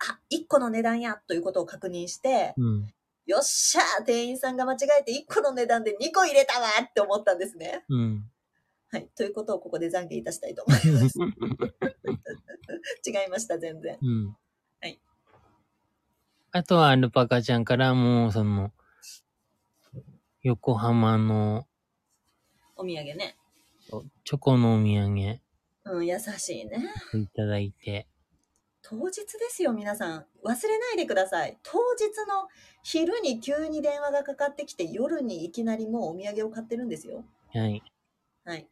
Speaker 2: あ、1個の値段やということを確認して、
Speaker 1: うん。
Speaker 2: よっしゃー店員さんが間違えて1個の値段で2個入れたわーって思ったんですね。
Speaker 1: うん。
Speaker 2: はい。ということをここで懺悔いたしたいと思います。違いました、全然。
Speaker 1: うん。
Speaker 2: はい。
Speaker 1: あとはアルパカちゃんからもうその、横浜の
Speaker 2: お土産ね。
Speaker 1: チョコのお土産
Speaker 2: うん、優しいね。
Speaker 1: いただいて、
Speaker 2: 当日ですよ、皆さん。忘れないでください。当日の昼に急に電話がかかってきて、夜にいきなりもうお土産を買ってるんですよ。
Speaker 1: はい、
Speaker 2: はい。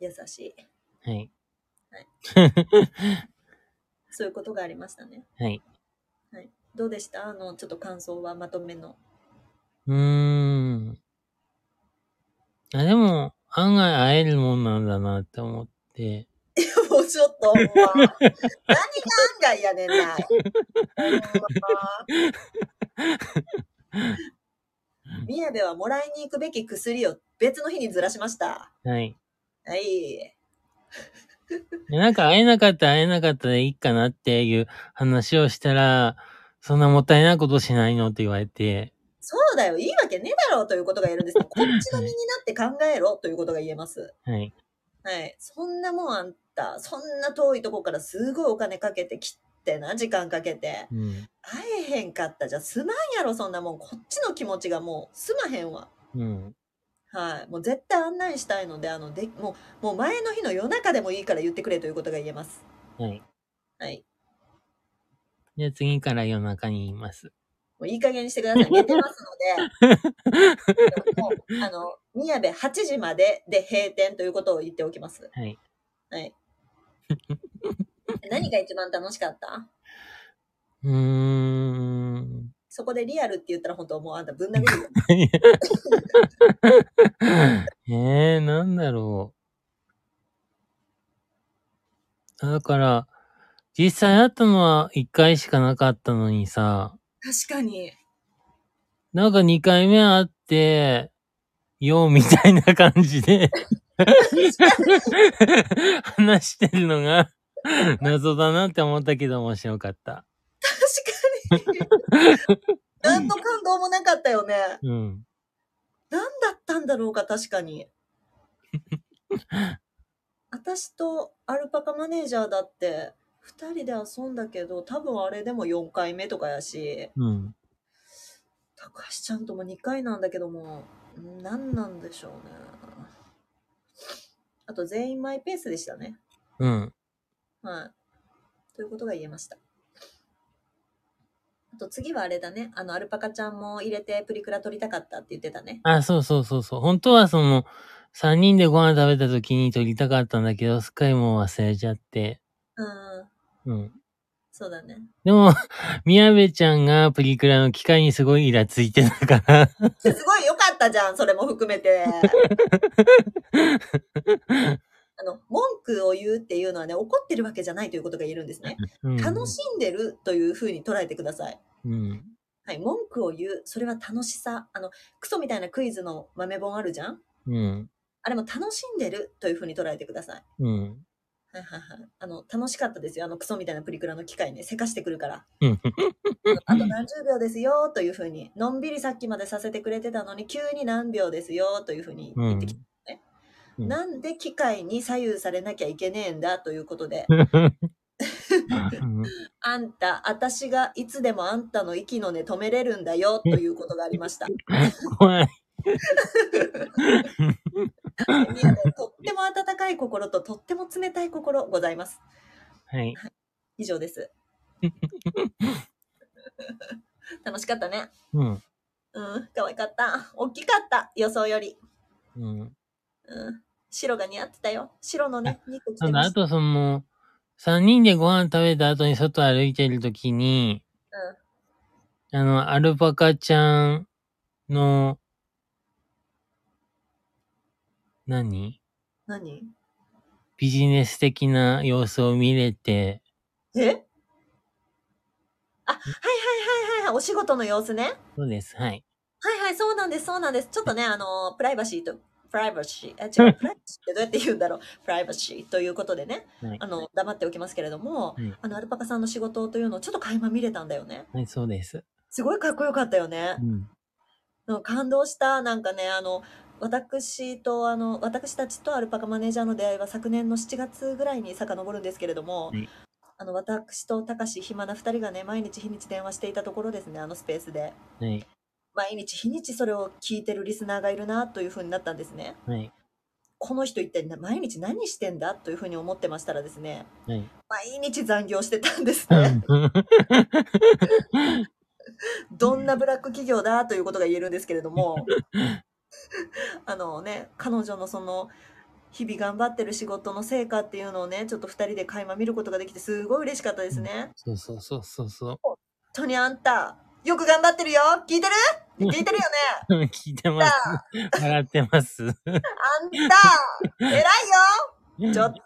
Speaker 2: 優しい。
Speaker 1: はい、
Speaker 2: そういうことがありましたね。
Speaker 1: はい。
Speaker 2: はい。どうでしたあの、ちょっと感想はまとめの。
Speaker 1: うーん。あ、でも、案外会えるもんなんだなって思って、
Speaker 2: もうちょっと、もう何が案外やねんな。ほんま宮部はもらいに行くべき薬を別の日にずらしました。
Speaker 1: はい。
Speaker 2: はい。
Speaker 1: なんか会えなかった会えなかったでいいかなっていう話をしたら、そんなもったいないことしないのって言われて、
Speaker 2: そうだよ、いいわけねえだろうということが言えるんですけど、こっちの身になって考えろということが言えます。
Speaker 1: はい。
Speaker 2: はい。そんなもんあんた、そんな遠いとこからすごいお金かけて切ってな、時間かけて。
Speaker 1: うん。
Speaker 2: 会えへんかったじゃすまんやろ、そんなもん。こっちの気持ちがもうすまへんわ。
Speaker 1: うん。
Speaker 2: はい。もう絶対案内したいので、あの、で、もう、もう前の日の夜中でもいいから言ってくれということが言えます。
Speaker 1: はい。
Speaker 2: はい。
Speaker 1: じゃあ次から夜中に言います。
Speaker 2: もういい加減にしてください。寝てますので。 (laughs) もうあの、宮部8時までで閉店ということを言っておきます。
Speaker 1: はい。
Speaker 2: はい。 (laughs) 何が一番楽しかった
Speaker 1: うーん。
Speaker 2: そこでリアルって言ったら本当もうあんたぶん殴 (laughs) るよ。
Speaker 1: えー、なんだろう。だから、実際会ったのは1回しかなかったのにさ、
Speaker 2: 確かに。
Speaker 1: なんか2回目会って、ようみたいな感じで話してるのが謎だなって思ったけど面白かった。
Speaker 2: 確かに。 (laughs) 何の感動もなかったよね。
Speaker 1: うん。
Speaker 2: 何だったんだろうか、確かに。私とアルパカマネージャーだって、二人で遊んだけど、多分あれでも4回目とかやし、
Speaker 1: うん。
Speaker 2: 高橋ちゃんとも2回なんだけども、うん何なんでしょうね。あと、全員マイペースでしたね。
Speaker 1: うん。
Speaker 2: はい。ということが言えました。あと次はあれだね。あの、アルパカちゃんも入れてプリクラ撮りたかったって言ってたね。
Speaker 1: あ、そうそうそうそう。本当はその、3人でご飯食べた時に撮りたかったんだけど、すっかりもう忘れちゃって。
Speaker 2: うん。
Speaker 1: うん。
Speaker 2: そうだね。
Speaker 1: でも、 (laughs) 宮部ちゃんがプリクラの機械にすごいイラついてたから。
Speaker 2: (laughs) すごい良かったじゃん、それも含め
Speaker 1: (laughs)
Speaker 2: て。あの、文句を言うっていうのはね、怒ってるわけじゃないということが言えるんですね。
Speaker 1: うん、
Speaker 2: 楽しんでるというふうに捉えてください。
Speaker 1: うん。
Speaker 2: はい、文句を言う。それは楽しさ。あの、クソみたいなクイズの豆本あるじゃん
Speaker 1: うん。
Speaker 2: あれも楽しんでるというふうに捉えてください。
Speaker 1: うん。
Speaker 2: はいはいはい。あの、楽しかったですよ。あの、クソみたいなプリクラの機械ね、せかしてくるから。
Speaker 1: うん
Speaker 2: あと何十秒ですよ、というふうに。のんびりさっきまでさせてくれてたのに、急に何秒ですよ、というふうに言ってきて、
Speaker 1: うん
Speaker 2: なんで機械に左右されなきゃいけねえんだ、ということで。
Speaker 1: うん
Speaker 2: あんた、私がいつでもあんたの息の根止めれるんだよ、ということがありました。
Speaker 1: 怖い。
Speaker 2: いやねとっても温かい心ととっても冷たい心ございます。
Speaker 1: はい。
Speaker 2: 以上です。楽しかったね。
Speaker 1: うん。
Speaker 2: うん、可愛かった。大きかった、予想より。
Speaker 1: うん。
Speaker 2: うん、白が似合ってたよ。白のね、肉着
Speaker 1: た
Speaker 2: て
Speaker 1: だ、
Speaker 2: ま
Speaker 1: あ
Speaker 2: した。
Speaker 1: とその、三人でご飯食べた後に外歩いてるときに、あの、アルパカちゃんの、何
Speaker 2: 何
Speaker 1: ビジネス的な様子を見れて、
Speaker 2: えあ、はいはいはいはい、お仕事の様子ね。
Speaker 1: そうです。はい。
Speaker 2: はいはい、そうなんです、そうなんです。ちょっとね、あの、プライバシーと、プライバシー、え、
Speaker 1: (laughs)
Speaker 2: 違う、プライバシーってどうやって言うんだろう。プライバシーということでね
Speaker 1: はい、
Speaker 2: あの、黙っておきますけれども
Speaker 1: うん、
Speaker 2: あの、アルパカさんの仕事というのをちょっと垣間見れたんだよね。
Speaker 1: はい、そうです。
Speaker 2: すごいかっこよかったよね
Speaker 1: う。ん。
Speaker 2: うん感動した。なんかね、あの、私と、あの、私たちとアルパカマネージャーの出会いは昨年の7月ぐらいに遡るんですけれども、
Speaker 1: はい
Speaker 2: あの、私と高志、暇な二人がね、毎日日にち電話していたところですね、あのスペースで。
Speaker 1: はい。
Speaker 2: 毎日日にちそれを聞いてるリスナーがいるな、というふうになったんですね。
Speaker 1: はい。
Speaker 2: この人一体な毎日何してんだというふうに思ってましたらですね、
Speaker 1: はい。
Speaker 2: 毎日残業してたんです
Speaker 1: う
Speaker 2: ね。
Speaker 1: んうん
Speaker 2: どんなブラック企業だということが言えるんですけれ
Speaker 1: (laughs)
Speaker 2: ども、あのね、彼女のその、日々頑張ってる仕事の成果っていうのをね、ちょっと二人で垣間見ることができて、すごい嬉しかったですね。
Speaker 1: (laughs) そうそうそうそうそ
Speaker 2: トニーあんた、よく頑張ってるよ聞いてる聞いて
Speaker 1: (laughs)
Speaker 2: るよね
Speaker 1: う。聞いて
Speaker 2: あん
Speaker 1: ま
Speaker 2: た
Speaker 1: す。、笑ってます。
Speaker 2: あんた、偉いよちょっと、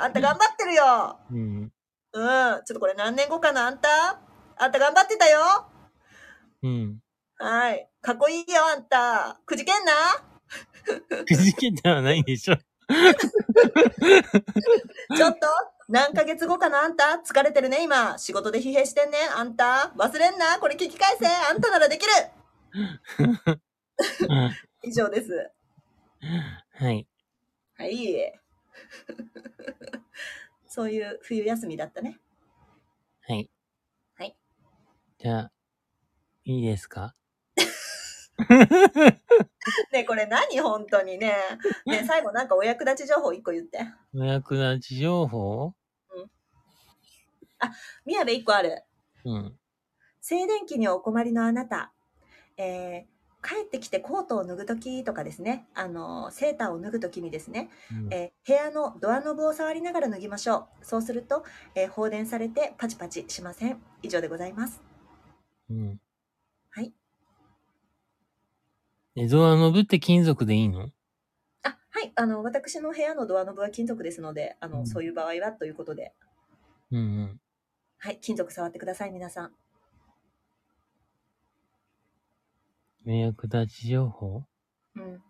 Speaker 2: あんた頑張ってるよ
Speaker 1: うん。
Speaker 2: うん、ちょっとこれ何年後かなあんたあんた頑張ってたよ
Speaker 1: うん。 (laughs)
Speaker 2: はい。かっこいいよ、あんた。くじけんな
Speaker 1: くじけてはないでしょ。
Speaker 2: ちょっと何ヶ月後かなあんた疲れてるね、今。仕事で疲弊してんね、あんた。忘れんなこれ聞き返せあんたならできる
Speaker 1: うん
Speaker 2: 以上です。
Speaker 1: はい。
Speaker 2: はい。 (laughs) そういう冬休みだったね。
Speaker 1: はい。
Speaker 2: はい。
Speaker 1: じゃあ、いいですか
Speaker 2: ねえこれ何本当にね。ねえ最後なんかお役立ち情報一個言って。
Speaker 1: お役立ち情報
Speaker 2: 宮部一個ある。
Speaker 1: うん。
Speaker 2: 静電気にお困りのあなた、えー帰ってきてコートを脱ぐときとかですね、あのーセーターを脱ぐときにですね、
Speaker 1: うん
Speaker 2: えー部屋のドアノブを触りながら脱ぎましょう。そうすると、えー放電されてパチパチしません。以上でございます。
Speaker 1: うん。
Speaker 2: はい。
Speaker 1: え、ドアノブって金属でいいの
Speaker 2: あ、はい、あの、私の部屋のドアノブは金属ですので、あの、
Speaker 1: うん
Speaker 2: そういう場合はということで、
Speaker 1: うんうん。
Speaker 2: はい、金属触ってください、皆さん。
Speaker 1: お役立ち情報
Speaker 2: うん。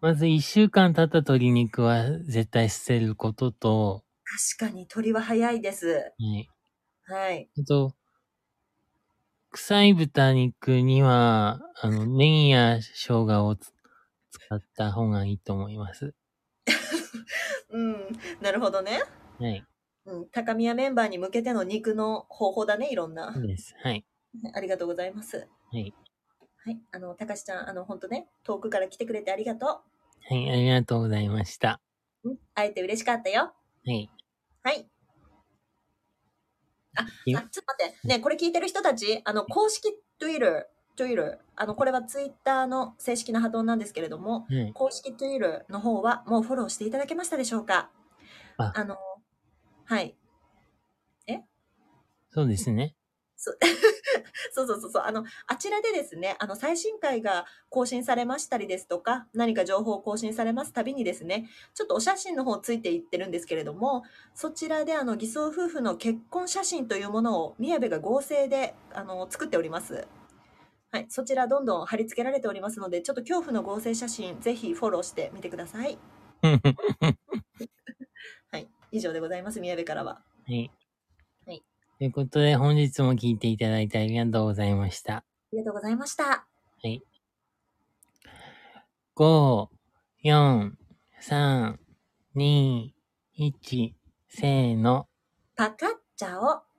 Speaker 1: まず一週間経った鶏肉は絶対捨てることと、
Speaker 2: 確かに鳥は早いです。
Speaker 1: はい。
Speaker 2: はい。
Speaker 1: あと、臭い豚肉には、あの、ネギや生姜をつ使った方がいいと思います。
Speaker 2: うん、なるほどね。
Speaker 1: はい。
Speaker 2: うん、高宮メンバーに向けての肉の方法だね、いろんな。
Speaker 1: そうです。はい。
Speaker 2: ありがとうございます。
Speaker 1: はい。
Speaker 2: はい。あの、たかしちゃん、あの、ほんとね、遠くから来てくれてありがと
Speaker 1: はい、ありがとうございました。
Speaker 2: う。うん。会えて嬉しかったよ。
Speaker 1: はい。
Speaker 2: はい。あ、あ
Speaker 1: い
Speaker 2: ちょっと待って。ね、これ聞いてる人たち、あの、公式 Twitter、Twitter、あの、これは Twitter の正式な波動なんですけれども、
Speaker 1: はい。
Speaker 2: 公式 Twitter の方はもうフォローしていただけましたでしょうか
Speaker 1: あ
Speaker 2: あの、はい。
Speaker 1: そうですね。
Speaker 2: そうそうそうそう。あの、あちらでですね、あの、最新回が更新されましたりですとか、何か情報を更新されますたびにですね、ちょっとお写真の方ついていってるんですけれども、そちらであの、偽装夫婦の結婚写真というものを、宮部が合成で、あの、作っております。はい。そちらどんどん貼り付けられておりますので、ちょっと恐怖の合成写真、ぜひフォローしてみてください。
Speaker 1: は
Speaker 2: はい。以上でございます、宮部からは。
Speaker 1: い。
Speaker 2: はい。
Speaker 1: ということで、本日も聞いていただいてありがとうございました。
Speaker 2: ありがとうございました。
Speaker 1: 5、4、3、2、1、せーの。
Speaker 2: パカッチャオ。